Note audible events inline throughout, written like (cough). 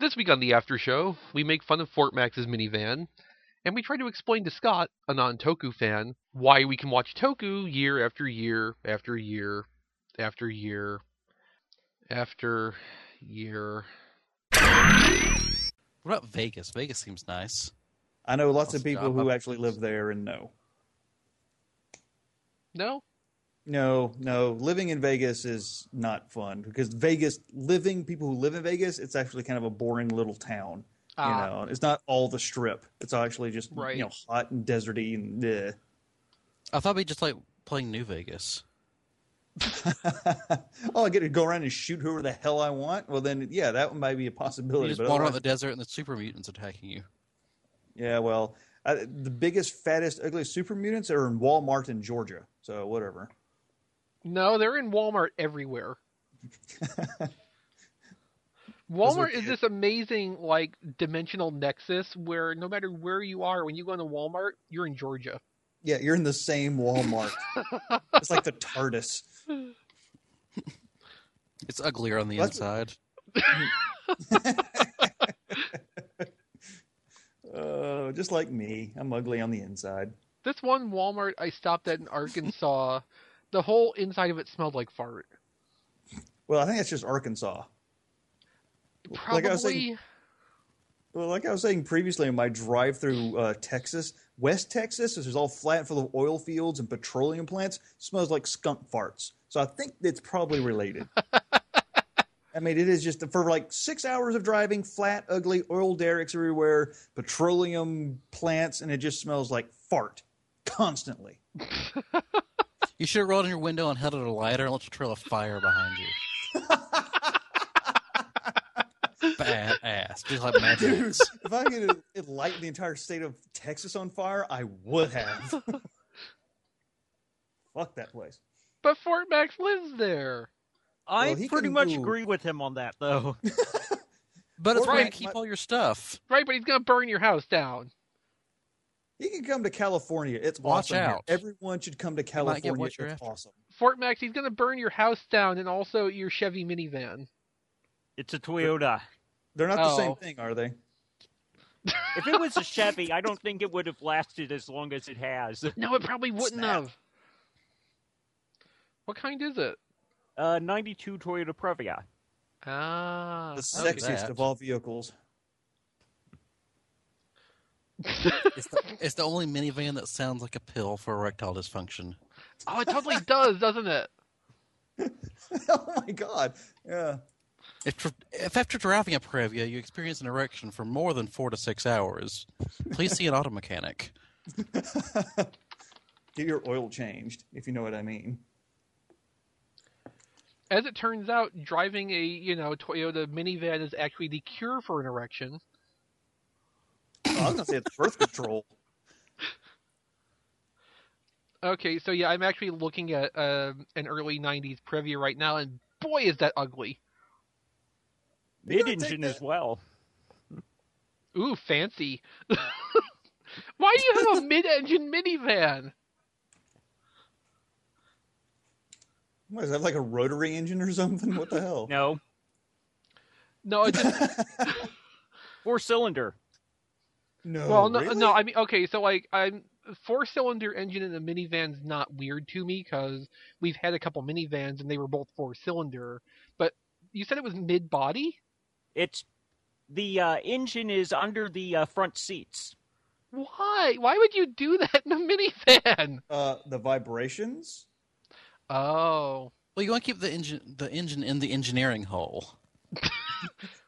This week on the after show, we make fun of Fort Max's minivan, and we try to explain to Scott, a non Toku fan, why we can watch Toku year after year after year after year after year. What about Vegas? Vegas seems nice. I know lots of people job who up. actually live there and know. No? No, no, living in Vegas is not fun because Vegas, living people who live in Vegas, it's actually kind of a boring little town. You Ah. know, it's not all the strip. It's actually just Right. you know hot and deserty and bleh. (laughs) I thought we just like playing New Vegas. oh, I get to go around and shoot whoever the hell I want. Well, then yeah, that might be a You possibility. just but wander out otherwise- the desert and the super mutants attacking you. Yeah, well, I, the biggest, fattest, ugliest super mutants are in Walmart in Georgia. So whatever. No, they're in Walmart everywhere. Walmart is this amazing like dimensional nexus where no matter where you are, when you go into Walmart, you're in Georgia. Yeah, you're in the same Walmart. it's like the TARDIS. It's uglier on the That's- inside. Oh, just like me, I'm ugly on the inside. This one Walmart I stopped at in Arkansas, the whole inside of it smelled like fart. Well, I think that's just Arkansas. Probably Like I was saying- Well, like I was saying previously in my drive through uh, Texas, West Texas, which is all flat and full of oil fields and petroleum plants, smells like skunk farts. So I think it's probably related. I mean, it is just for like six hours of driving, flat, ugly, oil derricks everywhere, petroleum plants, and it just smells like fart constantly. You should have rolled in your window and held it a lighter and let your trail of fire behind you. (laughs) Bad ass. Just like Mad Max. (laughs) if I could have light the entire state of Texas on fire, I would (laughs) have. Fuck that place. but Fort Max lives there. I Well, he pretty can much do- agree with him on that, (laughs) though. But it's Or where you Mac- keep all your stuff. Right, but he's gonna burn your house down. You can come to California. It's Watch awesome. here. out. Everyone should come to might get California. what It's you're after. awesome. Fort Max, he's gonna burn your house down and also your Chevy minivan. It's a Toyota. They're not the Oh. same thing, are they? If it was a Chevy, I don't think it would have lasted as long as it has. No, it probably wouldn't Snap. have. What kind is it? Uh, 92 Toyota Previa. Ah, The okay. sexiest That. of all vehicles. (laughs) It's the, it's the only minivan that sounds like a pill for erectile dysfunction. oh, it (laughs) totally does, doesn't it? oh my god. Yeah. If, tr- if after driving a Previa you experience an erection for more than four to six hours, please see an auto mechanic. Get your oil changed, if you know what I mean. As it turns out, driving a you know Toyota minivan is actually the cure for an erection. Oh, I was gonna say it's birth control. Okay, so yeah, I'm actually looking at um an early '90s preview right now, and boy, is that ugly! You Mid gotta take engine that- as well. Ooh, fancy. (laughs) Why do you have (laughs) a mid-engine minivan? What is that like a rotary engine or something? What the hell? No. No, it (laughs) just Four cylinder. (laughs) Oh, No, well, no, really? no. I mean, okay, so like, I'm four-cylinder engine in a minivan's not weird to me because we've had a couple minivans and they were both four-cylinder. But you said it was mid-body. It's the uh, engine is under the uh, front seats. Why? Why would you do that in a minivan? (laughs) Uh, the vibrations. Oh. Well, you want to keep the engine the engine in the engineering hole.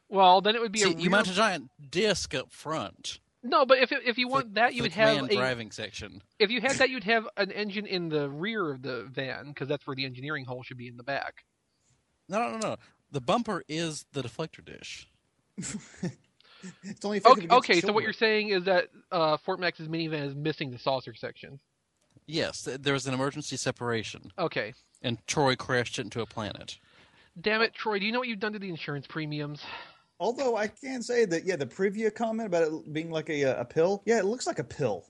Well, then it would be a See, you rear... mount a giant disc up front. No, but if if you want that, you for would the have man a, driving section. if you had that, you'd have an engine in the rear of the van because that's where the engineering hole should be in the back. No, no, no, no. The bumper is the deflector dish. It's only Okay, effective against okay so what children. you're saying is that uh, Fort Max's minivan is missing the saucer section. Yes, th- there was an emergency separation, Okay, and Troy crashed into a planet. damn it, Troy. Do you know what you've done to the insurance premiums? Although I can say that, yeah, the preview comment about it being like a, uh, a pill, yeah, it looks like (laughs) a pill.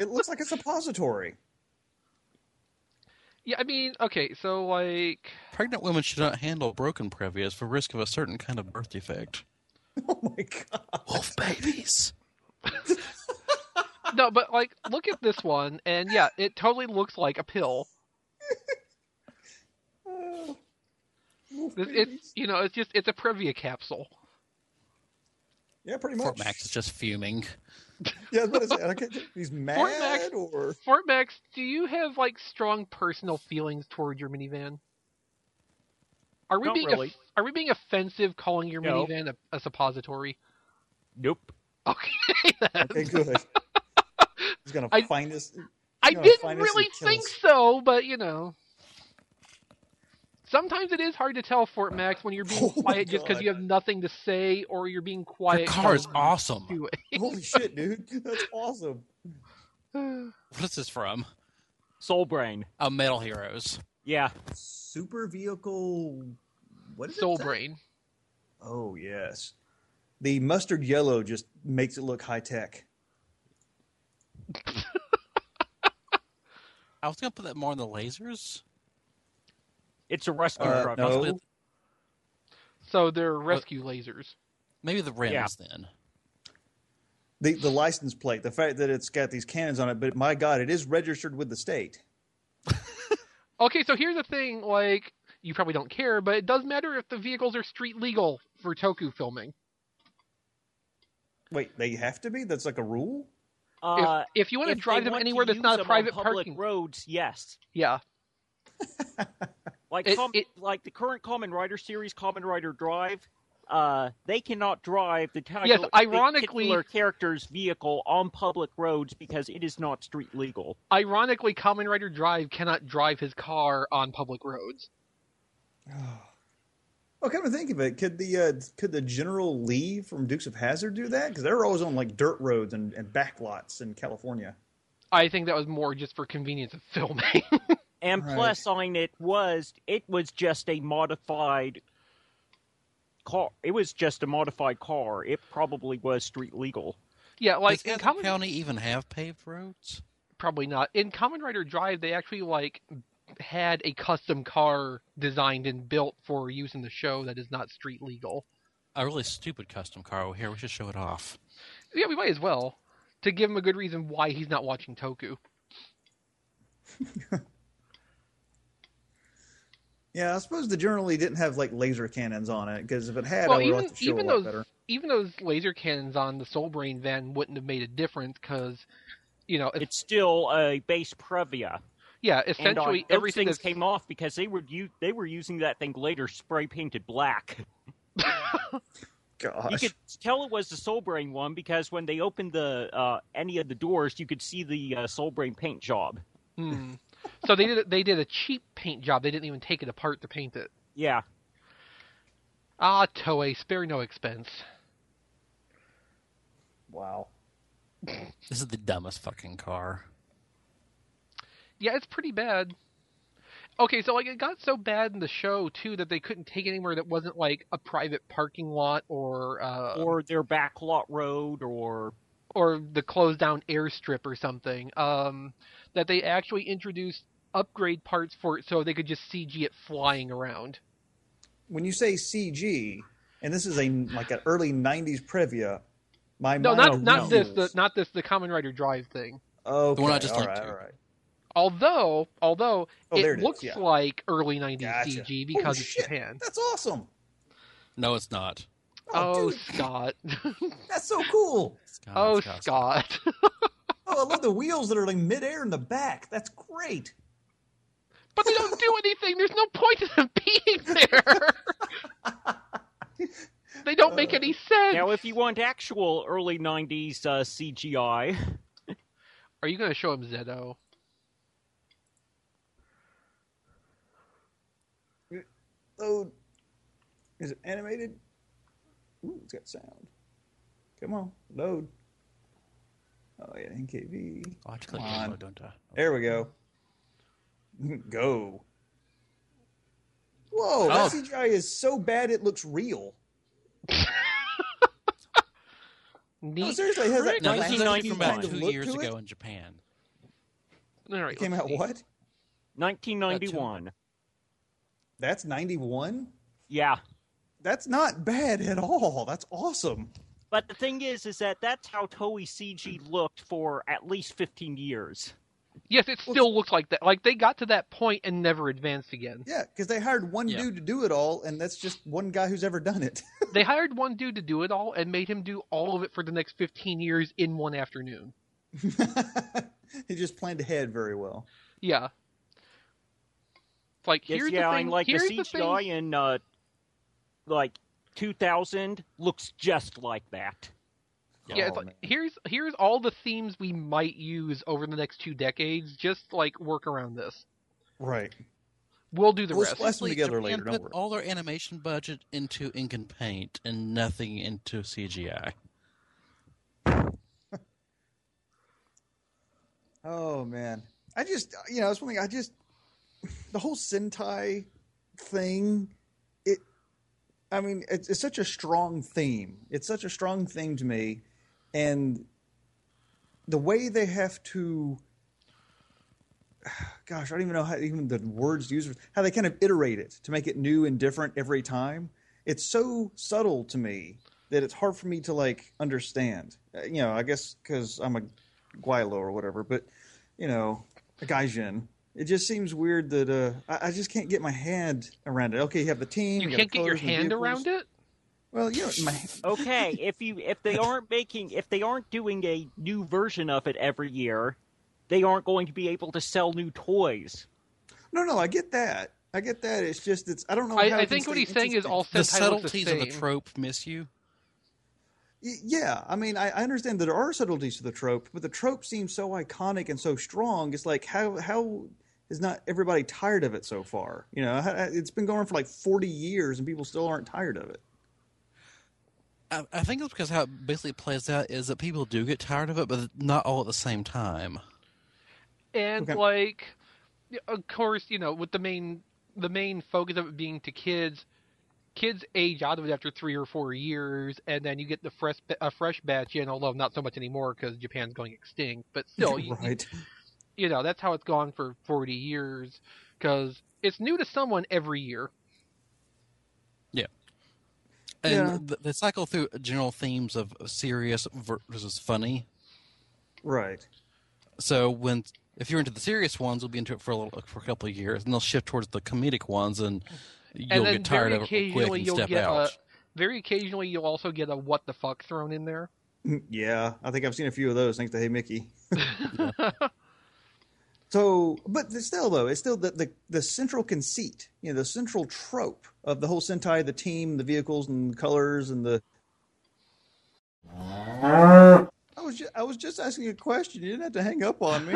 it looks like a suppository. Yeah, I mean, okay, so like, Pregnant women should not handle broken Previas for risk of a certain kind of birth defect. (laughs) Oh my god! Wolf babies. no, but like, look at this one, and yeah, it totally looks like a pill. Oh. Wolf It's, babies. it's you know, it's just it's a Previa capsule. yeah, pretty Fort much. Max is just fuming. Yeah, I was about to say, I don't get (laughs) he's mad Max. (laughs) or Fort Max, do you have like strong personal feelings toward your minivan? Are we Not being really. are we being offensive calling your No. minivan a, a suppository? (laughs) Nope. Okay, then. okay, good. He's gonna I- find this. I No, didn't find us really and kill think us. so, but you know. Sometimes it is hard to tell Fort Max when you're being (laughs) Oh my quiet just because God. you have nothing to say or you're being quiet. Your car is 'cause awesome. you Holy shit, dude! That's awesome. do it. What is this from? Soul Brain. Oh, Metal Heroes. Yeah. Super vehicle. What is Soul it? Brain. Oh yes, the mustard yellow just makes it look high tech. I was gonna put that more on the lasers. It's a rescue Uh, truck. Oh. no. Possibly- So they're rescue lasers. Maybe the rims Yeah. then. The the license plate, the fact that it's got these cannons on it, but my god, it is registered with the state. Okay, so here's the thing like, you probably don't care, but it does matter if the vehicles are street legal for Toku filming. Wait, they have to be? That's like a rule. If, Uh, if you want if to they drive them want to anywhere that's use not a them on private public parking. roads, yes. Yeah. Like It- com- it- like the current Common Rider series, Common Rider Drive. Uh, they cannot drive the title, Yes, the ironically- particular character's vehicle on public roads because it is not street legal. Ironically, Common Rider Drive cannot drive his car on public roads. Oh, come to think of it, could the uh, could the General Lee from Dukes of Hazard do that? Because they're always on like dirt roads and, and back lots in California. I think that was more just for convenience of filming. (laughs) And Right. plus on it was it was just a modified car. It was just a modified car. It probably was street legal. yeah, like Does in Hazard Common County even have paved roads? probably not. In Common Rider Drive, they actually like had a custom car designed and built for use in the show that is not street legal. A really stupid custom car over here. We should show it off. Yeah, we might as well to give him a good reason why he's not watching Toku. Yeah, I suppose the General Lee didn't have like laser cannons on it because if it had, well, I would even like the show even a lot those better. even those laser cannons on the Soul Brain van wouldn't have made a difference because you know it's, It's still a base Previa. yeah And on, essentially those everything things that's came off because they were u- they were using that thing later spray painted black. Gosh, You could tell it was the Soul Brain one because when they opened the uh, any of the doors, you could see the uh, Soul Brain paint job. (laughs) Hmm. so they did they did a cheap paint job. They didn't even take it apart to paint it. Yeah, Ah, Toei, spare no expense. wow. This is the dumbest fucking car. Yeah, it's pretty bad. Okay, so like it got so bad in the show too that they couldn't take anywhere that wasn't like a private parking lot or uh, or, or their backlot road, or the closed down airstrip or something. Um, that they actually introduced upgrade parts for it so they could just CG it flying around. When you say CG, and this is a like an early '90s Previa, my No, mind not not reels. this the not this the Common Rider Drive thing. Okay, The one I just all linked right, to. all right. Although although Oh, there it, it is, looks yeah. like early 90s Gotcha. CG Holy because it's shit, Japan. That's awesome. No, it's not. (laughs) Oh, Oh, dude, Scott. (laughs) that's so cool. Scott, oh, Scott, Scott. (laughs) Oh, I love the wheels that are like midair in the back. That's great. but they don't do anything. There's no point in them (laughs) being there. (laughs) they don't make any sense. now if you want actual early '90s uh, CGI, Are you going to show him Zeto? Oh, is it animated? Ooh, it's got sound. Come on, load. Oh yeah, NKV. Oh, I clicked Come on. yellow, don't I? There we go. (laughs) Go. Whoa, that Oh. CGI is so bad it looks real. No, Neat. seriously, it has that No, this is 1991 from about kind of two look years to it? ago in Japan. All right, It came let's out see. what? 1991. That's 91? Yeah. That's not bad at all. That's awesome. But the thing is, is that that's how Toei CG looked for at least 15 years. Yes, it still looks like that. Like they got to that point and never advanced again. Yeah, because they hired one Yeah. dude to do it all, and that's just one guy who's ever done it. (laughs) They hired one dude to do it all and made him do all of it for the next 15 years in one afternoon. he just planned ahead very well. Yeah. It's like Yes, here's yeah, the thing. and like here's the the thing. CGI in uh, like 2000 looks just like that. Yeah, it's Oh, like, man. here's here's all the themes we might use over the next two decades. Just like work around this. Right. We'll do the We'll rest. splice them together Japan later. Don't put worry. all their animation budget into ink and paint and nothing into CGI. Oh man, I just you know it's one thing. I just the whole Sentai thing. It, I mean, it's, it's such a strong theme. It's such a strong thing to me, and the way they have to. Gosh, I don't even know how even the words to use how they kind of iterate it to make it new and different every time. It's so subtle to me that it's hard for me to like understand. Uh, You know, I guess because I'm a Guaylo or whatever, but you know, a Gaijin. It just seems weird that uh, I, I just can't get my hand around it. Okay, you have the team. You got can't the get your colors and the hand vehicles. around it. Well, you know, my, Okay, if you if they aren't making if they aren't doing a new version of it every year, they aren't going to be able to sell new toys. no, no, I get that. I get that. It's just it's. Oh, I don't know. how I, I it can think what stay he's saying is interesting. all The Sentai looks subtleties the of same. the trope miss you. Y- Yeah, I mean, I, I understand that there are subtleties to the trope, but the trope seems so iconic and so strong. It's like how how is not everybody tired of it so far? You know, how- it's been going on for like forty years, and people still aren't tired of it. I, I think it's because how it basically plays out is that people do get tired of it, but not all at the same time. and Okay. like y- of course you know with the main the main focus of it being to kids kids age out of it after three or four years and then you get the fresh ba- a fresh batch in although not so much anymore because japan's going extinct (laughs) but still you, you- right? you know that's how it's gone for 40 years because it's new to someone every year And Yeah. th- they cycle through general themes of serious versus funny. Right. So when if you're into the serious ones, you'll be into it for a little, for a couple of years, and they'll shift towards the comedic ones, and you'll and then get tired very of it real occasionally quick and you'll step get out. a very occasionally you'll also get a what the fuck thrown in there Yeah, I think I've seen a few of those thanks to Hey (laughs) Mickey. so, but the- still though, it's still the, the the central conceit, you know, the central trope of the whole Sentai, the team, the vehicles and colors and the. I was just, I was just asking a question. You didn't have to hang up on (laughs) me.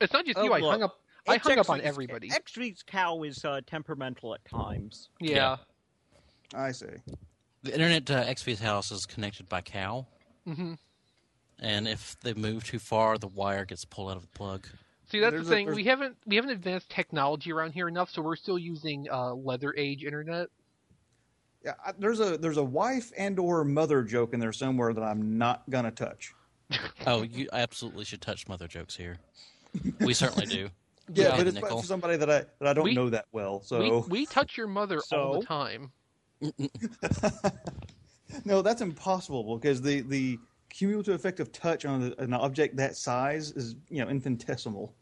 it's not just Oh, you i look. hung up i It's hung up on X-Ree's- everybody X-Ree's cow is uh, temperamental at times. yeah. I see. The internet to XP's house is connected by cow, hmm and if they move too far, the wire gets pulled out of the plug. See, that's There's a- the thing. there's- we haven't we haven't advanced technology around here enough, so we're still using uh, leather age internet. Yeah, I, there's a there's a wife and or mother joke in there somewhere that I'm not gonna touch. Oh, you absolutely should touch mother jokes here. We certainly (laughs) do. Yeah, Yeah, but it's nickel. for somebody that I that I don't We- know that well. So We, we touch your mother all the So? time. No, that's impossible because the the cumulative effect of touch on the, an object that size is you know infinitesimal.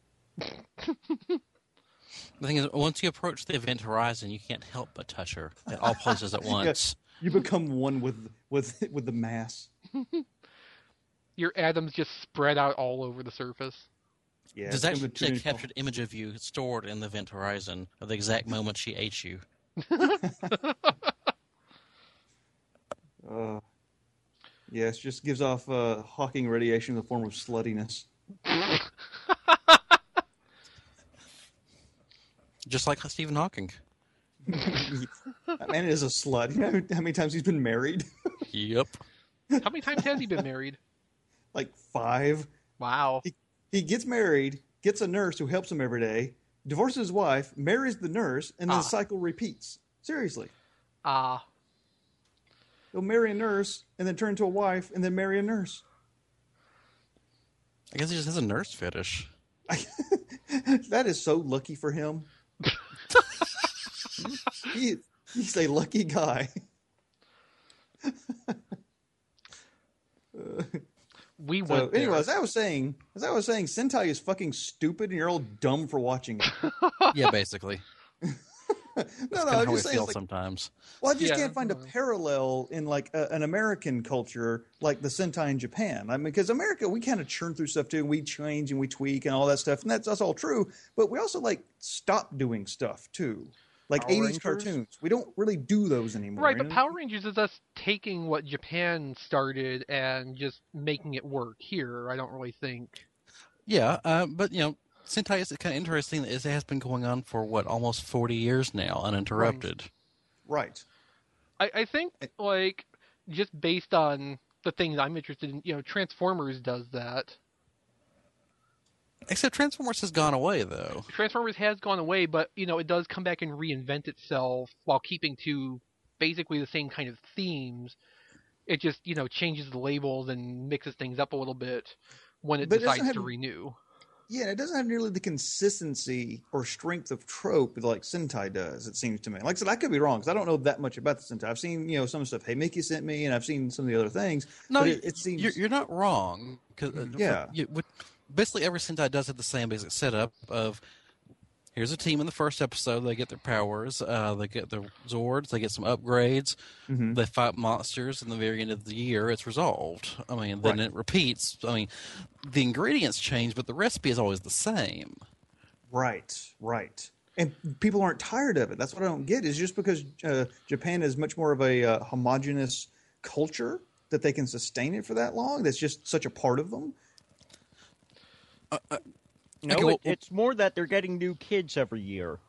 The thing is, once you approach the event horizon, you can't help but touch (laughs) her at all places at once. You become one with with with the mass. Your atoms just spread out all over the surface. Yeah, There's it's gonna be actually two a dimensional. captured image of you stored in the event horizon of the exact moment she ate you. Uh, yes, just gives off uh, Hawking radiation in the form of sluttiness. Just like Stephen (laughs) Hawking. That man is a slut. You know how many times he's been married? (laughs) Yep. How many times has he been married? (laughs) like five. Wow. He gets married, gets a nurse who helps him every day, divorces his wife, marries the nurse, and then Ah. the cycle repeats. Seriously. Ah, He'll marry a nurse and then turn into a wife and then marry a nurse. (laughs) I guess he just has a nurse fetish. that is so lucky (laughs) for him. he, he's a lucky guy. We So, went there. anyway, as I was saying, as I was saying, Sentai is fucking stupid, and you're all dumb for watching (laughs) it. yeah, (laughs) basically. No, no, Kinda I'm how we just saying, feel it's like, sometimes. well, I just Yeah, can't find a well. parallel in like a, an American culture, like the Sentai in Japan. I mean, because America, we kind of churn through stuff too, and we change and we tweak and all that stuff, and that's that's all true. But we also like stop doing stuff too, like Power 80s Rangers? cartoons. We don't really do those anymore. Right, you but know? Power Rangers is us taking what Japan started and just making it work here. I don't really think. Yeah, uh, but you know, Sentai is kind of interesting. Is it has been going on for what almost forty years now, uninterrupted. right. I, I think like just based on the things I'm interested in, you know, Transformers does that. Except Transformers has gone away though. Transformers has gone away, but you know, it does come back and reinvent itself while keeping to basically the same kind of themes. It just, you know, changes the labels and mixes things up a little bit when it But it doesn't decides to have- renew. Yeah, and it doesn't have nearly the consistency or strength of trope that, like Sentai does. It seems to me. Like I said, I could be wrong because I don't know that much about the Sentai. I've seen you know some stuff. Hey, Mickey sent me, and I've seen some of the other things. No, but it, it seems You're, you're not wrong. 'cause, uh, Yeah. you- what- basically, every Sentai does have the same basic setup of here's a team in the first episode. They get their powers. Uh, they get their Zords. They get some upgrades. Mhm. They fight monsters. And the very end of the year, it's resolved. I mean, then Right. it repeats. I mean, the ingredients change, but the recipe is always the same. right, right. And people aren't tired of it. That's what I don't get. Is just because uh, Japan is much more of a uh, homogenous culture that they can sustain it for that long. That's just such a part of them. No, Okay, well- it, it's more that they're getting new kids every year.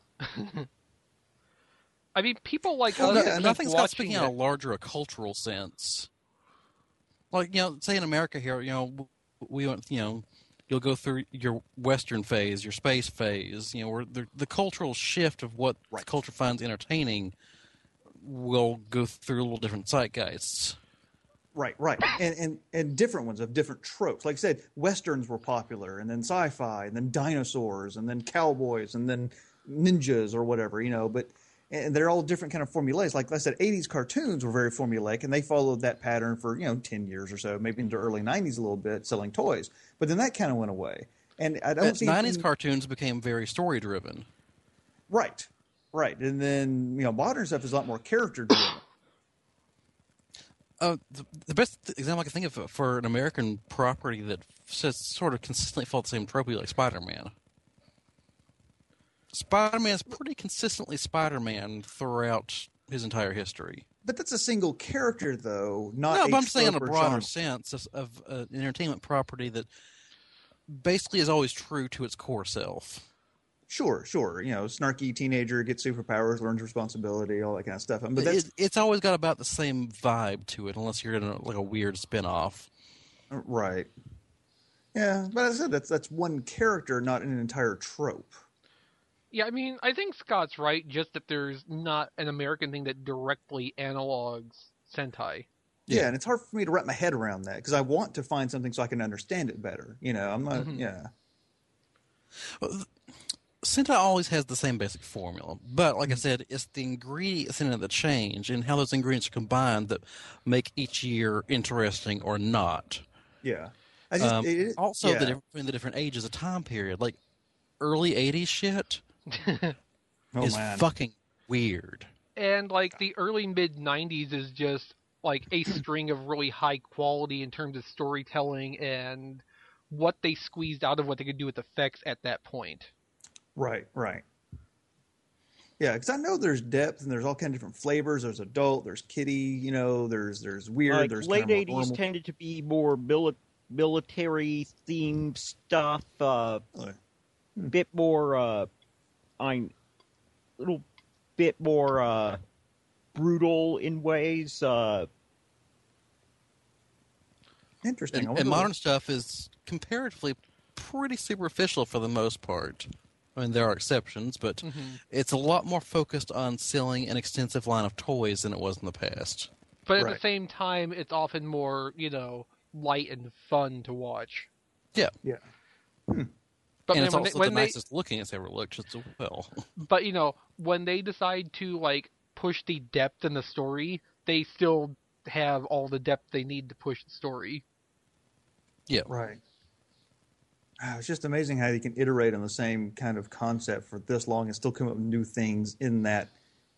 I mean, people like Well, us. no, yeah, keep and I think Scott's speaking watching in a it. larger cultural sense. Like you know, say in America here, you know, w- we went, you know, you'll go through your Western phase, your space phase, you know, where the, the cultural shift of what the Right. culture finds entertaining will go through a little different zeitgeists. Right, right, and, and and different ones of different tropes. Like I said, westerns were popular, and then sci-fi, and then dinosaurs, and then cowboys, and then ninjas or whatever, you know. But and they're all different kind of formulaic. Like I said, '80s cartoons were very formulaic, and they followed that pattern for you know ten years or so, maybe into early '90s a little bit, selling toys. But then that kind of went away, and I don't But see Nineties anything- cartoons became very story driven. right, right, and then you know modern stuff is a lot more character driven. Uh, the, the best example I can think of for an American property that says sort of consistently followed the same trope, like Spider Man. Spider Man's pretty consistently Spider Man throughout his entire history. but that's a single character, though. Not No, a but I'm saying in a trope or broader genre. sense of, of uh, an entertainment property that basically is always true to its core self. Sure, sure. You know, snarky teenager gets superpowers, learns responsibility, all that kind of stuff. But that's It- it's always got about the same vibe to it, unless you're in a, like a weird spin off. uh, right. Yeah, but as I said that's that's one character, not an entire trope. Yeah, I mean, I think Scott's right. Just that there's not an American thing that directly analogs Sentai. Yeah, Yeah. and it's hard for me to wrap my head around that because I want to find something so I can understand it better. You know, I'm Mm-hmm. not. Yeah, Sentai always has the same basic formula, but like I said, it's the ingredients in it that change and how those ingredients are combined that make each year interesting or not. yeah. I just Um, it, it- also, yeah. the difference between the different ages of time period, like early '80s shit, oh, is man. fucking weird. and like the early mid 90s is just like a string of really high quality in terms of storytelling and what they squeezed out of what they could do with effects at that point Right, right. Yeah, because I know there's depth and there's all kind of different flavors. There's adult, there's kiddie, you know, there's there's weird, Like, there's late kind of more 80s normal. tended to be more mili- military themed stuff, a uh, Hmm. bit more, uh, I'm a little bit more uh, brutal in ways. Uh, Interesting. I And, wonder and what- modern stuff is comparatively pretty superficial for the most part. I mean, there are exceptions, but Mm-hmm. it's a lot more focused on selling an extensive line of toys than it was in the past. but at the Right. same time it's often more you know light and fun to watch Yeah. Yeah. But Hmm. man, and it's when they- also when the they- nicest looking it's ever looked as well. but you know when they decide to like push the depth in the story they still have all the depth they need to push the story Right. Ah, It's just amazing how you can iterate on the same kind of concept for this long and still come up with new things in that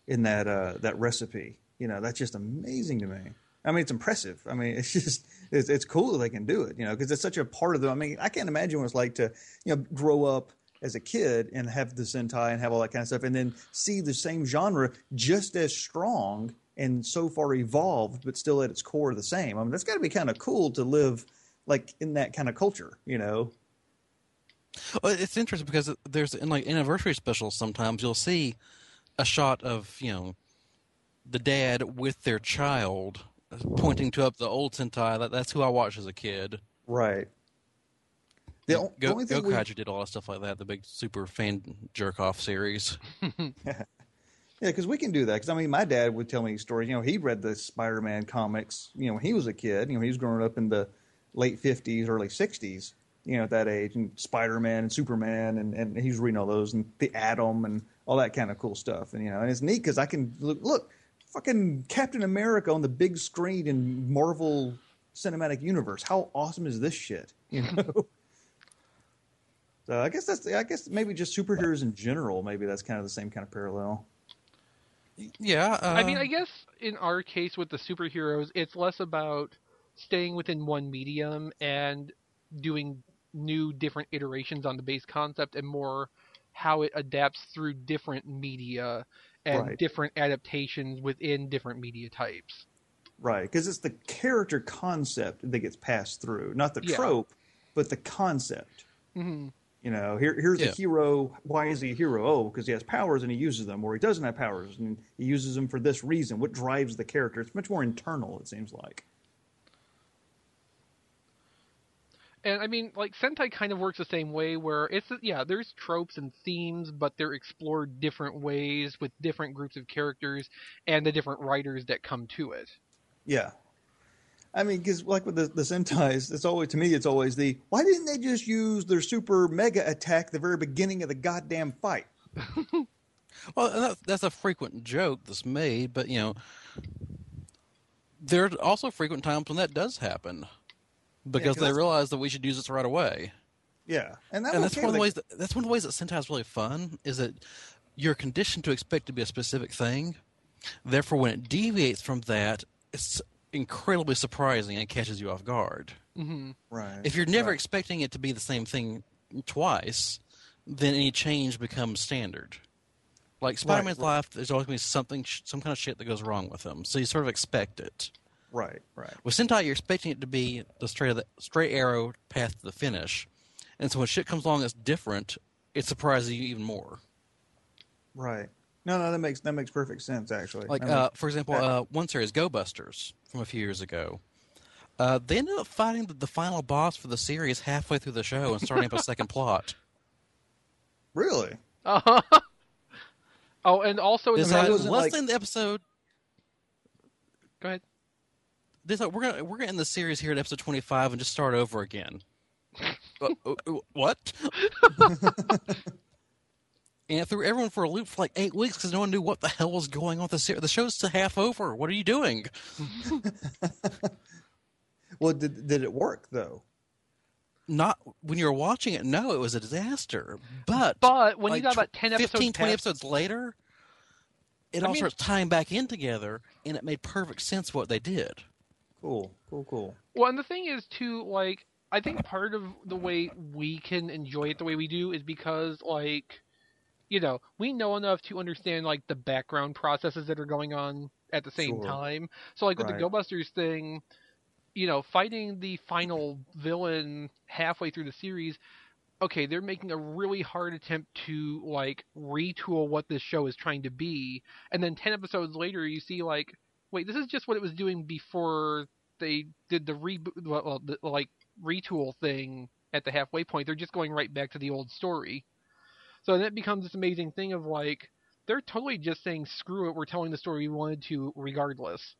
in that uh, that recipe. You know, that's just amazing to me. I mean, it's impressive. I mean, (laughs) it's just it's, it's cool that they can do it. You know, because it's such a part of them. I mean, I can't imagine what it's like to you know grow up as a kid and have the Sentai and have all that kind of stuff, and then see the same genre just as strong and so far evolved, but still at its core the same. I mean, that's got to be kind of cool to live like in that kind of culture, you know. (laughs) Well, it's interesting because there's in like anniversary specials sometimes you'll see a shot of you know the dad with their child uh, pointing to up the old Sentai. That that's who I watched as a kid. Right. The o- the Go, only thing Gokaiju we- did a lot of stuff like that. The big super fan jerk off series. Yeah, because we can do that. Because I mean, my dad would tell me stories. You know, he read the Spider-Man comics. You know, when he was a kid. You know, he was growing up in the late fifties, early sixties. You know, at that age, and Spider-Man and Superman, and and he's reading all those and the Atom and all that kind of cool stuff. And you know, and it's neat because I can look, look, fucking Captain America on the big screen in Marvel Cinematic Universe. How awesome is this shit? You know. So I guess that's I guess maybe just superheroes in general. Maybe that's kind of the same kind of parallel. Yeah, uh, i mean i guess in our case with the superheroes it's less about staying within one medium and doing new different iterations on the base concept and more how it adapts through different media and Right. different adaptations within different media types Right, because it's the character concept that gets passed through, not the Yeah. trope, but the concept. Mhm. You know, here, here's Yeah. a hero. Why is he a hero? Oh, because he has powers and he uses them, or he doesn't have powers and he uses them for this reason. What drives the character? It's much more internal, it seems like. And I mean, like Sentai kind of works the same way, where it's yeah, there's tropes and themes, but they're explored different ways with different groups of characters and the different writers that come to it. Yeah. I mean, because like with the, the Sentais, it's always to me, it's always the why didn't they just use their super mega attack the very beginning of the goddamn fight? Well, and that, that's a frequent joke that's made, but you know, there are also frequent times when that does happen because 'cause they that's- realize that we should use this right away. Yeah, and, that and was that's okay, one of the like- ways that, that's one of the ways that Sentai is really fun is that you're conditioned to expect to be a specific thing. Therefore, when it deviates from that, it's incredibly surprising and catches you off guard. hmm right. If you're never right. expecting it to be the same thing twice, then any change becomes standard. Like Spider-Man's life, there's always going to be something, sh- some kind of shit that goes wrong with him. So you sort of expect it. right, right. With Sentai, you're expecting it to be the straight of the straight arrow path to the finish, and so when shit comes along that's different, it surprises you even more. Right. No, no, that makes that makes perfect sense actually. Like That uh, makes- for example, uh, one series, Go Busters, from a few years ago. Uh, they ended up fighting the, the final boss for the series halfway through the show and starting up a second plot. really? Uh-huh. (laughs) Oh, and also in the This mean, I middle- had less wasn't, like- than the episode. go ahead. This uh, we're gonna we're gonna end the series here at episode twenty five and just start over again. Uh, uh, uh, what? (laughs) and it threw everyone for a loop for like eight weeks because no one knew what the hell was going on with the series. The show's still half over. What are you doing? Well, did did it work though? Not when you were watching it. No, it was a disaster. But But when you got like, about ten episodes, 15, 20 past- episodes later, it I all mean- starts tying back in together, and it made perfect sense what they did. Cool, cool, cool. Well, and the thing is too, like, I think part of the way we can enjoy it the way we do is because, like, you know, we know enough to understand like the background processes that are going on at the same Sure. time. So, like with the Right. Go Busters thing, you know, fighting the final villain halfway through the series. Okay, they're making a really hard attempt to like retool what this show is trying to be, and then ten episodes later, you see like, wait, this is just what it was doing before they did the reboot, well, well, the, like retool thing at the halfway point. They're just going right back to the old story. So then it becomes this amazing thing of like they're totally just saying screw it, we're telling the story we wanted to regardless.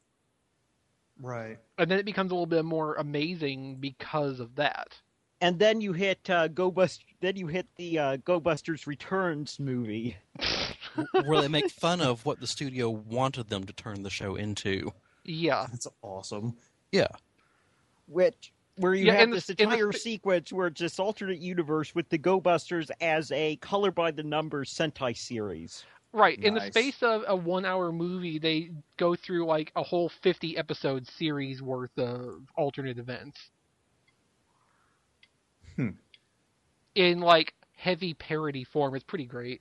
Right. And then it becomes a little bit more amazing because of that. and then you hit uh, Go Bust. Then you hit the uh, Go Busters Returns movie. where they make fun of what the studio wanted them to turn the show into. Yeah. Ah, That's awesome. Yeah. which where you Yeah, have and this the- and the entire sp- sequence where it's this alternate universe with the Go Busters as a color by the numbers Sentai series. Right. In the Nice. space of a one hour movie, they go through like a whole 50 episode series worth of alternate events. Hmm. In like heavy parody form. It's pretty great.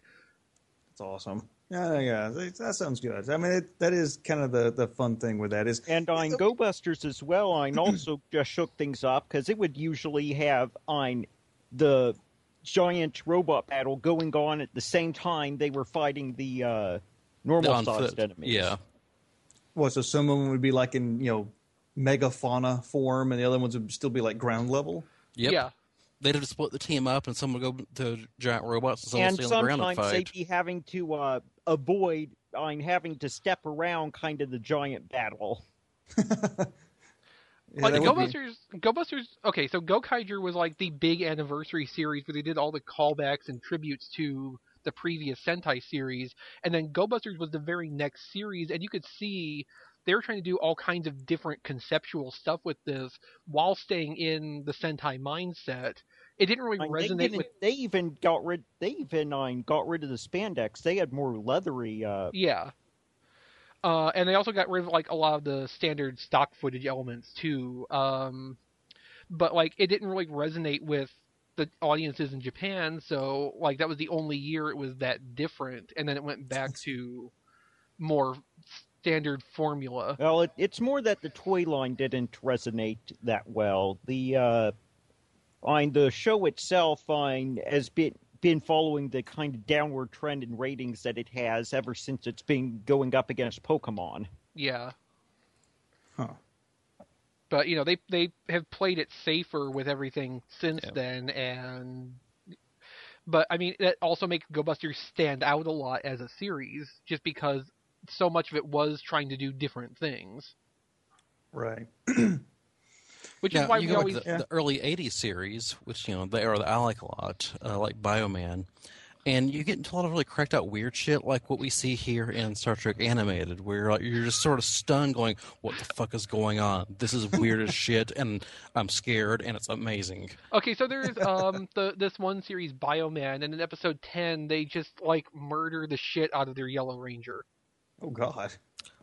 That's awesome. Yeah, yeah, that that sounds good. I mean, it, that is kind of the, the fun thing with that is And on Go Busters as well, I also just shook things up because it would usually have on the giant robot battle going on at the same time they were fighting the uh, normal On sized foot. enemies. Yeah. Well, so some of them would be like in you know megafauna form, and the other ones would still be like ground level. Yep. Yeah. They'd have to split the team up, and some would go to giant robots, and some and would stay on the ground and sometimes fight. they'd be having to uh, avoid on having to step around kind of the giant battle. Yeah, like that the Go would be- Busters, Go Busters. Okay, so Go Kaiger was like the big anniversary series where they did all the callbacks and tributes to the previous Sentai series, and then Go Busters was the very next series, and you could see they were trying to do all kinds of different conceptual stuff with this while staying in the Sentai mindset. It didn't really Like, they, resonate didn't- with. they even got rid. They even um, got rid of the spandex. They had more leathery. Uh, Yeah. Uh, and they also got rid of like a lot of the standard stock footage elements too. Um, but like it didn't really resonate with the audiences in Japan, so like that was the only year it was that different, and then it went back to more standard formula. well, it, it's more that the toy line didn't resonate that well. The uh, on the show itself, on has been been following the kind of downward trend in ratings that it has ever since it's been going up against Pokemon. Yeah. Huh. But you know they they have played it safer with everything since Yeah. then, and but I mean that also makes Go Busters stand out a lot as a series, just because so much of it was trying to do different things, right. which Yeah, is why you we go back always to the, the early '80s series, which you know they are that I like a lot, uh, like Bioman, and you get into a lot of really cracked out weird shit, like what we see here in Star Trek Animated, where like, you're just sort of stunned, going, "What the fuck is going on? This is weird as (laughs) shit," and I'm scared, and it's amazing. Okay, so there's um (laughs) the this one series Bioman, and in episode ten they just like murder the shit out of their Yellow Ranger. Oh God.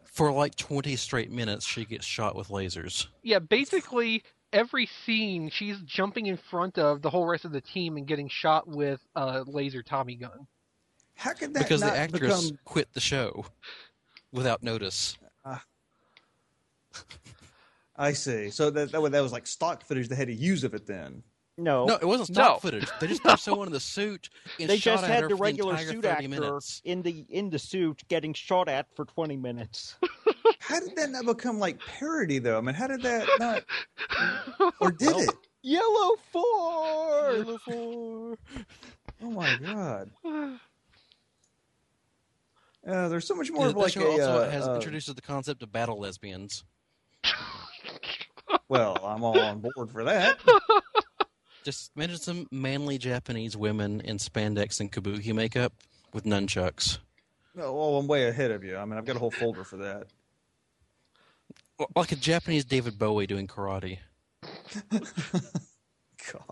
For like 20 straight minutes, she gets shot with lasers. Yeah, basically every scene she's jumping in front of the whole rest of the team and getting shot with a laser Tommy gun. (laughs) How could that Because not the actress become? quit the show without notice. I see. So that that was, that was like stock footage they had to use of it then. Oh. No, No, it wasn't stock No. footage. They just put someone in the suit and they shot just at had her the for regular entire suit 30 actor minutes. in the in the suit getting shot at for (laughs) 20 minutes. How did that not become like parody though? I mean, how did that (laughs) not? Or did it? Yellow four. Oh my God. Uh, there's so much more Yeah, of the like show a, also uh, has uh, introduced the concept of battle lesbians. well, I'm all on board for (laughs) that. Oh, Just imagine some manly Japanese women in spandex and kabuki makeup with nunchucks. No, well, I'm way ahead of you. I mean, I've got a whole folder for that. (laughs) Or Like a Japanese David Bowie doing karate. God.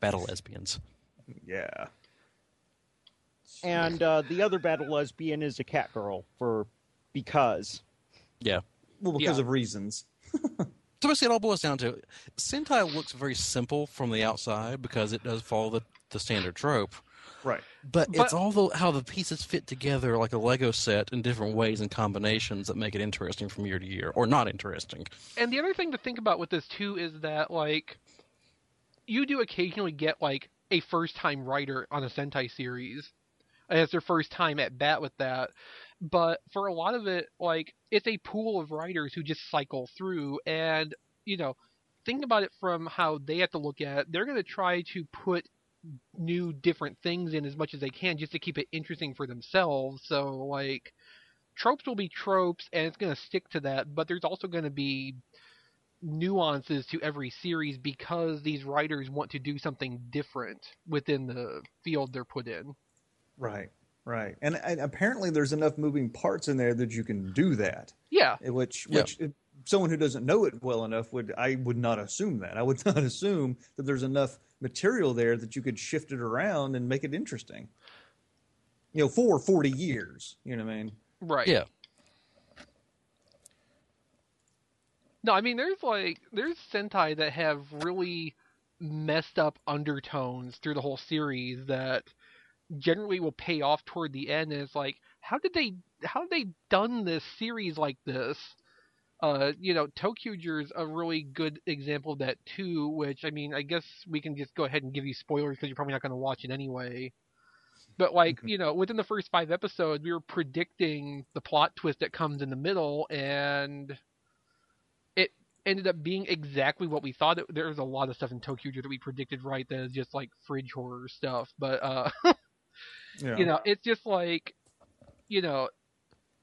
Battle lesbians. Yeah. And uh, the other battle lesbian is a cat girl for because Yeah. Well, because Yeah. of reasons. So basically, it all boils down to Sentai looks very simple from the outside because it does follow the, the standard trope. Right. But, But- it's all the, how the pieces fit together like a Lego set in different ways and combinations that make it interesting from year to year, or not interesting. And the other thing to think about with this too is that like you do occasionally get like a first time writer on a Sentai series. and It's their first time at bat with that. But for a lot of it, like it's a pool of writers who just cycle through and you know, think about it from how they have to look at it. They're gonna try to put new different things in as much as they can just to keep it interesting for themselves. So like tropes will be tropes and it's going to stick to that but there's also going to be nuances to every series because these writers want to do something different within the field they're put in. Right, right. And, and apparently there's enough moving parts in there that you can do that, Yeah, Eh, which Yeah. which someone who doesn't know it well enough would I would not assume that. I would (laughs) not assume that there's enough material there that you could shift it around and make it interesting. You know, for 40 years, you know what I mean? right. Yeah. No, I mean there's like there's Sentai that have really messed up undertones through the whole series that generally will pay off toward the end and it's like how did they how did they done this series like this? Uh, you know, Tokyuger's a really good example of that too, which I mean I guess we can just go ahead and give you spoilers because you're probably not gonna watch it anyway. But like, you know, within the first five episodes we were predicting the plot twist that comes in the middle and ended up being exactly what we thought. It, there was a lot of stuff in Tokyo that we predicted right that is just like fridge horror stuff. But uh, (laughs) Yeah. you know, it's just like you know,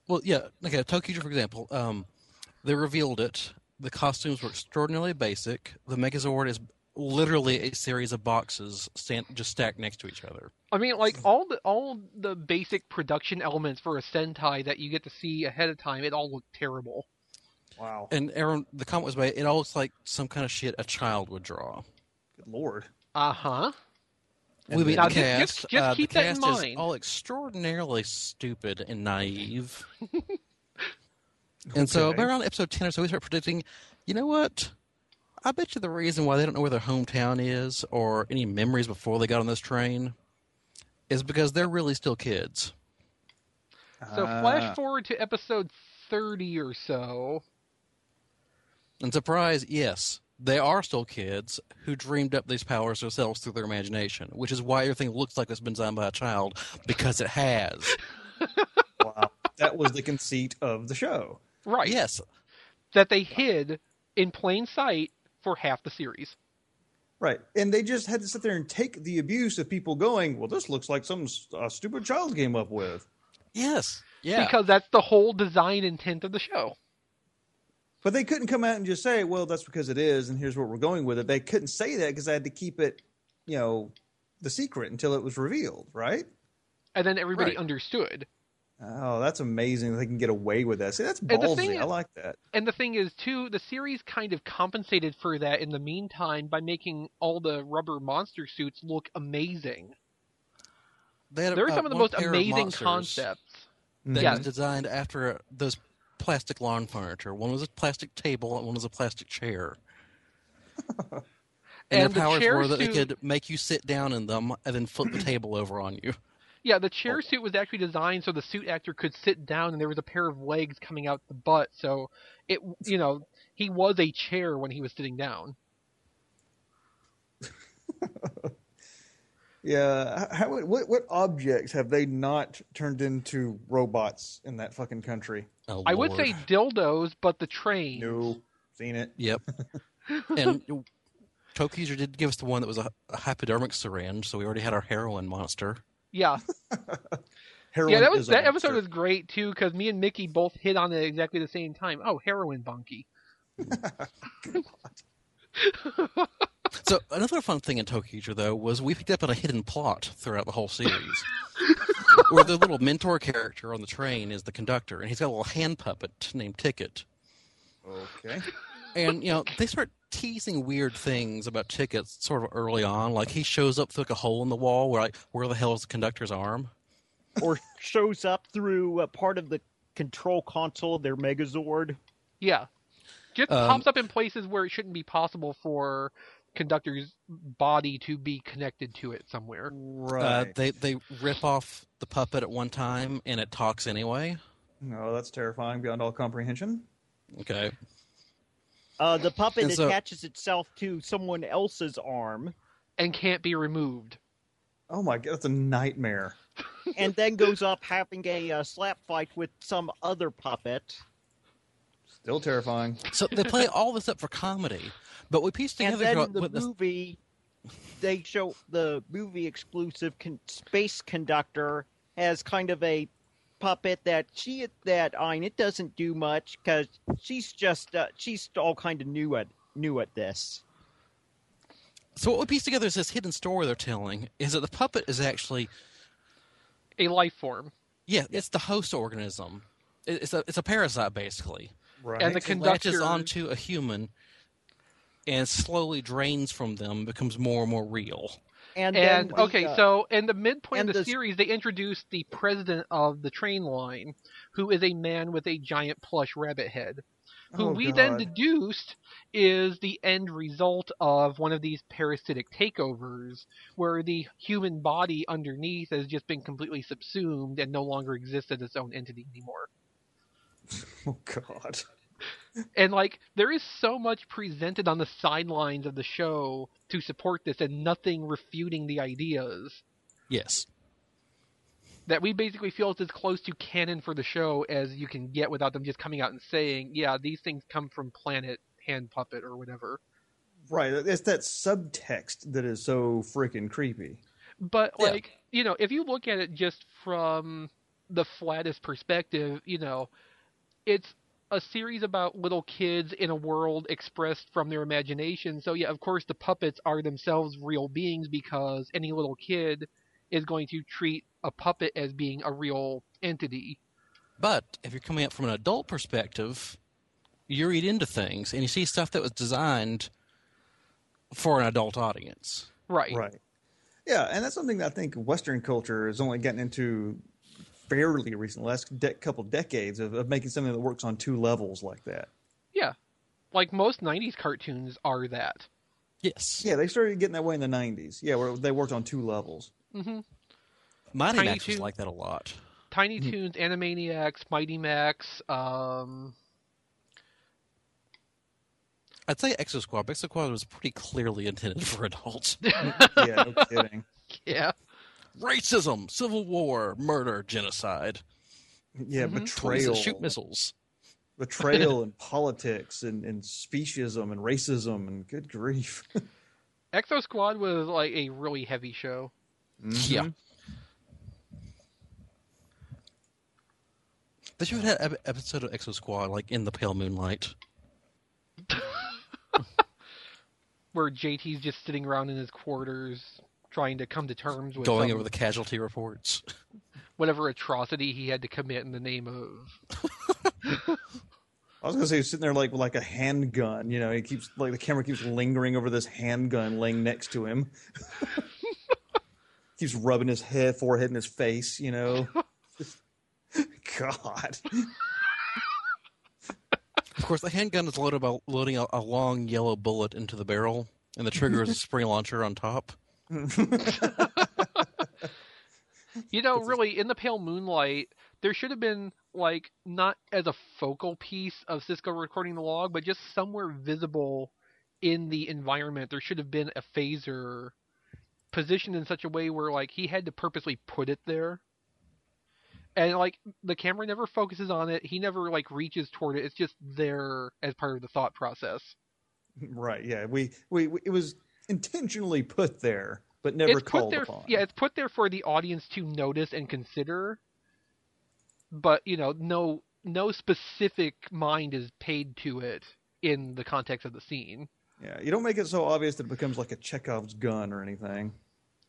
Well, yeah. Okay, Tokyo, for example, um, they revealed it. The costumes were extraordinarily basic. The Megazord is literally a series of boxes stand, just stacked next to each other. I mean, like all the all the basic production elements for a Sentai that you get to see ahead of time, it all looked terrible. Wow. And Aaron, the comment was made. It all looks like some kind of shit a child would draw. Good lord. Uh huh. we mean, Now, the just- cast, just- just uh, keep the that in cast mind. is all extraordinarily stupid and naive. And so, Okay. about around episode 10 or so, we start predicting, you know what? I bet you the reason why they don't know where their hometown is or any memories before they got on this train is because they're really still kids. So flash Ah. forward to episode thirty or so. And surprise, yes, they are still kids who dreamed up these powers themselves through their imagination, which is why everything looks like it's been designed by a child, because it has. Ah, wow. That was the conceit of the show. Right. yes, That they hid in plain sight for half the series. Right. And they just had to sit there and take the abuse of people going, well, this looks like some s- a stupid child came up with. yes, yeah. Because that's the whole design intent of the show. But they couldn't come out and just say, well, that's because it is, and here's what we're going with it. They couldn't say that because I had to keep it, you know, the secret until it was revealed, right? And then everybody Right. understood. Oh, that's amazing that they can get away with that. See, that's the thing ballsy. I is- like that. And the thing is, too, the series kind of compensated for that in the meantime by making all the rubber monster suits look amazing. They had, They're uh, some of the one most pair of amazing monsters concepts. Mm-hmm. That Yeah. was designed after those plastic lawn furniture. One was a plastic table and one was a (laughs) plastic chair. And, And the their powers chair were that they suit- could make you sit down in them and then flip the table over on you. Yeah, the chair Oh. suit was actually designed so the suit actor could sit down, and there was a pair of legs coming out the butt. So it, you know, he was a chair when he was sitting down. Yeah. How, how- what, what objects have they not turned into robots in that fucking country? Oh, I would Lord. say dildos, but the train. No. Seen it. (laughs) Yep. and Tokuser did give us the one that was a, a hypodermic syringe, so we already had our heroin monster. Yeah, Heroin yeah, that is was a that episode was monster. great too because me and Mickey both hit on it exactly the same time. Oh, heroin bunkie. So another fun thing in Tokuger though was we picked up on a hidden plot throughout the whole (laughs) series, where the little mentor character on the train is the conductor, and he's got a little hand puppet named Ticket. (laughs) Okay. And you know they start teasing weird things about tickets sort of early on. Like he shows up through like a hole in the wall where like where the hell is the conductor's arm? (laughs) or shows up through a part of the control console of their Megazord. Yeah. Just Um, pops up in places where it shouldn't be possible for conductor's body to be connected to it somewhere. Right. Uh, they they rip off the puppet at one time and it talks anyway. no, Oh, that's terrifying beyond all comprehension. Okay. Uh, the puppet And so- attaches itself to someone else's arm And can't be removed. Oh my god, that's a nightmare. and then goes up having a uh, slap fight with some other puppet. Still terrifying. So they play all this up for comedy, but we piece And together then in what- the what this- movie, they show the movie exclusive con- space conductor as kind of a puppet that she that I it doesn't do much because she's just uh, she's all kind of new at new at this. So what we piece together is this hidden story they're telling is that the puppet is actually A life form. yeah, it's the host organism. It- It's a it's a parasite basically. Right. And the It latches conductor onto a human and slowly drains from them, becomes more and more real. And, then And the, okay, uh, so in the midpoint and of the the- series, they introduced the president of the train line, who is a man with a giant plush rabbit head, who Oh, we God. then deduced is the end result of one of these parasitic takeovers, where the human body underneath has just been completely subsumed and no longer exists as its own entity anymore. oh God. And like, there is so much presented on the sidelines of the show to support this, and nothing refuting the ideas. Yes. that we basically feel it's as close to canon for the show as you can get without them just coming out and saying, yeah, these things come from planet hand puppet or whatever. Right. It's that subtext that is so freaking creepy. But Yeah. like, you know, if you look at it just from the flattest perspective, you know, it's a series about little kids in a world expressed from their imagination. So yeah, of course the puppets are themselves real beings because any little kid is going to treat a puppet as being a real entity. But if you're coming up from an adult perspective, you read into things and you see stuff that was designed for an adult audience. Right. Right. Yeah, and that's something that I think Western culture has only gotten into fairly recently, last de- couple decades of, of making something that works on two levels like that. Yeah. Like most 90s cartoons are that. Yes. Yeah, they started getting that way in the '90s. Yeah, where they worked on two levels. Mighty Tiny Max was Toon- like that a lot. Tiny Toons, Animaniacs, Mighty Max, um, (laughs) I'd say Exo Squad. but Exo Squad was pretty clearly intended (laughs) for adults. Yeah, (laughs) no kidding. yeah. Racism, civil war, murder, genocide, Yeah, Mm-hmm. toys betrayal, that shoot missiles. betrayal, and politics, and, and speciesism, and racism, and good grief. Exo Squad was like a really heavy show. Mm-hmm. Yeah. They should have had an ep- episode of Exo Squad like in the pale moonlight. Where JT's just sitting around in his quarters trying to come to terms with going some- over the casualty reports. whatever atrocity he had to commit in the name of. I was gonna say he's sitting there like with like a handgun. You know, he keeps like the camera keeps lingering over this handgun laying next to him. (laughs) keeps rubbing his head, forehead, and his face. You know, (laughs) God, Of course, the handgun is loaded by loading a, a long yellow bullet into the barrel, and the trigger is (laughs) a spring launcher on top. You know, really, in the pale moonlight, there should have been like not as a focal piece of Cisco recording the log, but just somewhere visible in the environment. There should have been a phaser positioned in such a way where like he had to purposely put it there. And like the camera never focuses on it. He never like reaches toward it. It's just there as part of the thought process. right? Yeah, we, we we it was intentionally put there, but never it's put called there, upon. Yeah, it's put there for the audience to notice and consider. But you know, no no specific mind is paid to it in the context of the scene. yeah. You don't make it so obvious that it becomes like a Chekhov's gun or (laughs) anything.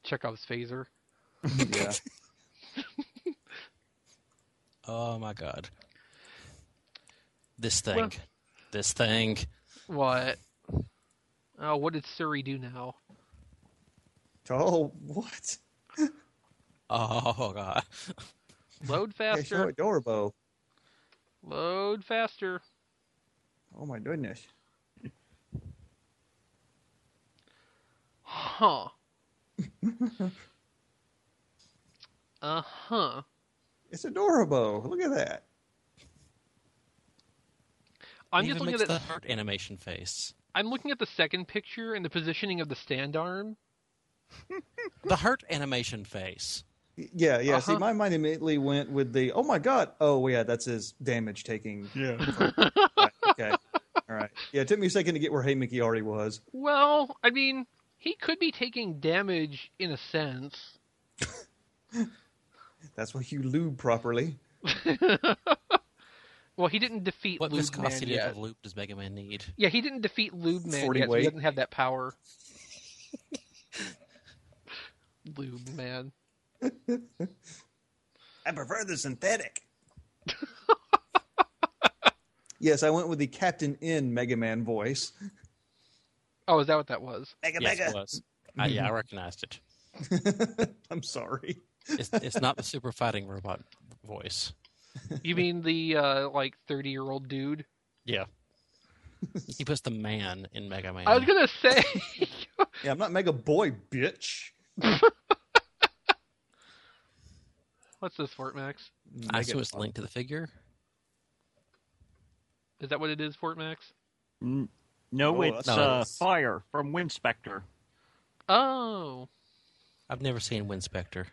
Chekhov's phaser. Yeah, Oh my god! This thing, Well- this thing. What? Oh, what did Suri do now? oh what? Oh god! Load (laughs) Hey, so faster. adorable. Load faster. Oh my goodness. (laughs) Huh. uh huh. It's adorable. Look at that. I'm It just even looking makes at the it. heart animation face. I'm looking at the second picture and the positioning of the stand arm. The heart animation face. Yeah, yeah. See, Uh-huh. my mind immediately went with the oh my god, oh yeah, that's his damage taking. Yeah. (laughs) okay. All right. Yeah, it took me a second to get where Hey Mickey already was. Well, I mean, he could be taking damage in a sense. That's why you lube properly. well, he didn't defeat What Lube viscosity Man yet. of loop does Mega Man need? Yeah, he didn't defeat Lube Man 40 yet. So he weight. doesn't have that (laughs) power. Lube Man. I prefer (laughs) the synthetic. yes, I went with the Captain N Mega Man voice. Oh, is that what that was? Mega Yes, it Mega. was. I, yeah, I recognized it. (laughs) I'm sorry. It's, it's not the super fighting robot voice. You mean the uh, like thirty year old dude? Yeah. He puts the man in Mega Man. I was gonna say. (laughs) Yeah, I'm not Mega Boy, bitch. What's this Fort Max? I Mega- assume it's linked to the figure. Is that what it is, Fort Max? N- No, Oh, it's that's- No, uh, it's- fire from Winspector. Oh, I've never seen Winspector.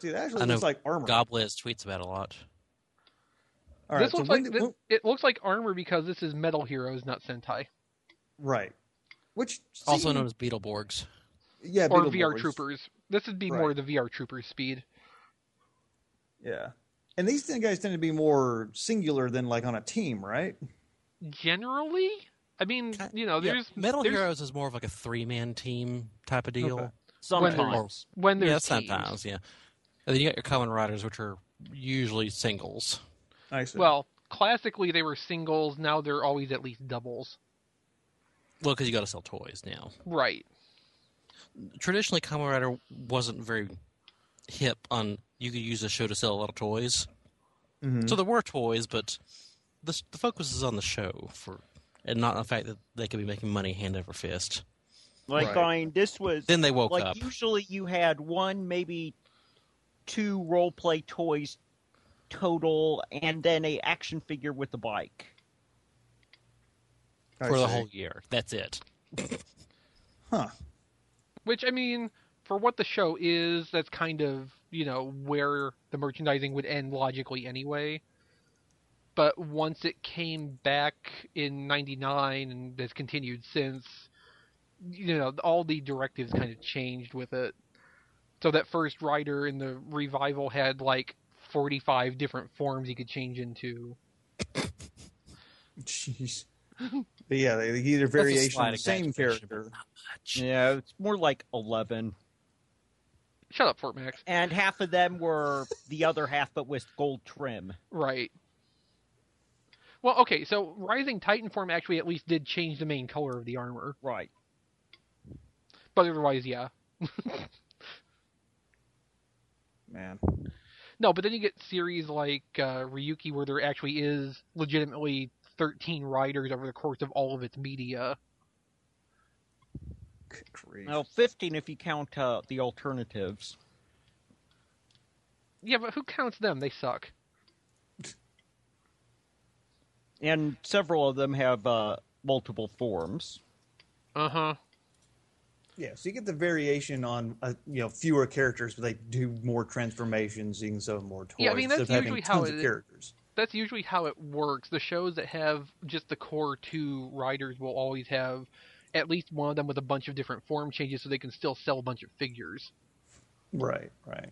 Dude, that I actually know looks like armor. Gobliz tweets about it a lot. All this so looks when like did- thi- it looks like armor because this is Metal Heroes, not Sentai right. Which Also see- known as Beetleborgs. yeah, or Beetle VR Boys. Troopers. This would be Right. more the VR Trooper speed. Yeah, and these thing guys tend to be more singular than like on a team, right? Generally, I mean, Ki- you know, Yeah, there's Metal there's, Heroes is more of like a three man team type of deal. Okay. When- Sometimes. when there's Yeah, teams. sometimes, yeah. And then you got your Common Riders, which are usually singles. I see. Well, classically they were singles. Now they're always at least doubles. Well, because you got to sell toys now. Right. Traditionally, Common Rider wasn't very hip on you could use a show to sell a lot of toys. Mhm. So there were toys, but the, s- the focus is on the show for, and not on the fact that they could be making money hand over fist. Like, Right. I mean, this was. Then they woke like, up. usually you had one, maybe two role play toys total, and then a action figure with a bike. I for the see. whole year. That's it. huh? Which I mean, for what the show is, that's kind of you know where the merchandising would end logically anyway. But once it came back in '99 and has continued since, you know, all the directives kind of changed with it. So that first rider in the revival had like 45 different forms he could change into. (laughs) Jeez. But yeah, they, they either That's a variation of slight the same exaggeration, but character. not much. Yeah, it's more like 11. Shut up, Fort Max. And half of them were the other half, but with gold trim. Right. Well, okay, so Rising Titanform actually at least did change the main color of the armor, Right. but otherwise, yeah. Man, No, but then you get series like uh, Ryuki where there actually is legitimately 13 riders over the course of all of its media. good grief. Well, 15 if you count uh, the alternatives. Yeah, but who counts them? They suck. And several of them have uh, multiple forms. Uh huh. Yeah, so you get the variation on uh, you know fewer characters, but they do more transformations. You can sell more toys. Yeah, I mean, that's instead of having usually how tons it of is. characters. That's usually how it works. The shows that have just the core two riders will always have at least one of them with a bunch of different form changes so they can still sell a bunch of figures. Right, right.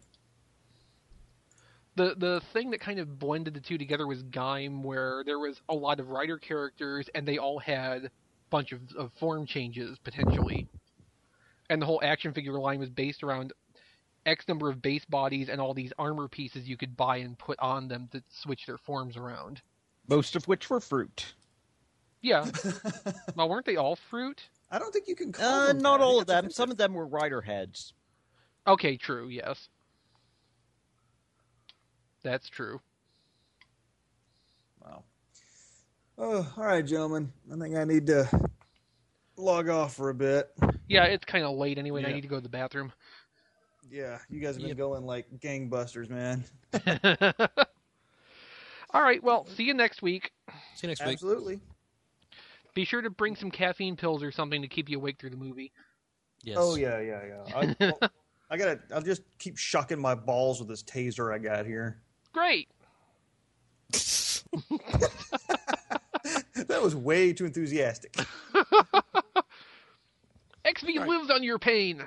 the the thing that kind of blended the two together was Gaim, where there was a lot of writer characters, and they all had a bunch of, of form changes potentially, and the whole action figure line was based around x number of base bodies and all these armor pieces you could buy and put on them to switch their forms around. Most of which were fruit. Yeah, well, weren't they all fruit? I don't think you can call Uh, them not that. I all of think that's them. Some of them were rider heads. Okay, true. Yes, that's true. Wow. Oh, all right, gentlemen. I think I need to log off for a bit. Yeah, it's kind of late anyway. and I Yeah. need to go to the bathroom. Yeah, you guys have been Yep. going like gangbusters, man. (laughs) all right. Well, see you next week. See you next week. Absolutely. Be sure to bring some caffeine pills or something to keep you awake through the movie. Yes. Oh yeah, yeah, (laughs) yeah. I, well, I gotta. I'll just keep shocking my balls with this taser I got here. (laughs) Great. that was way too enthusiastic. XV lives on your pain.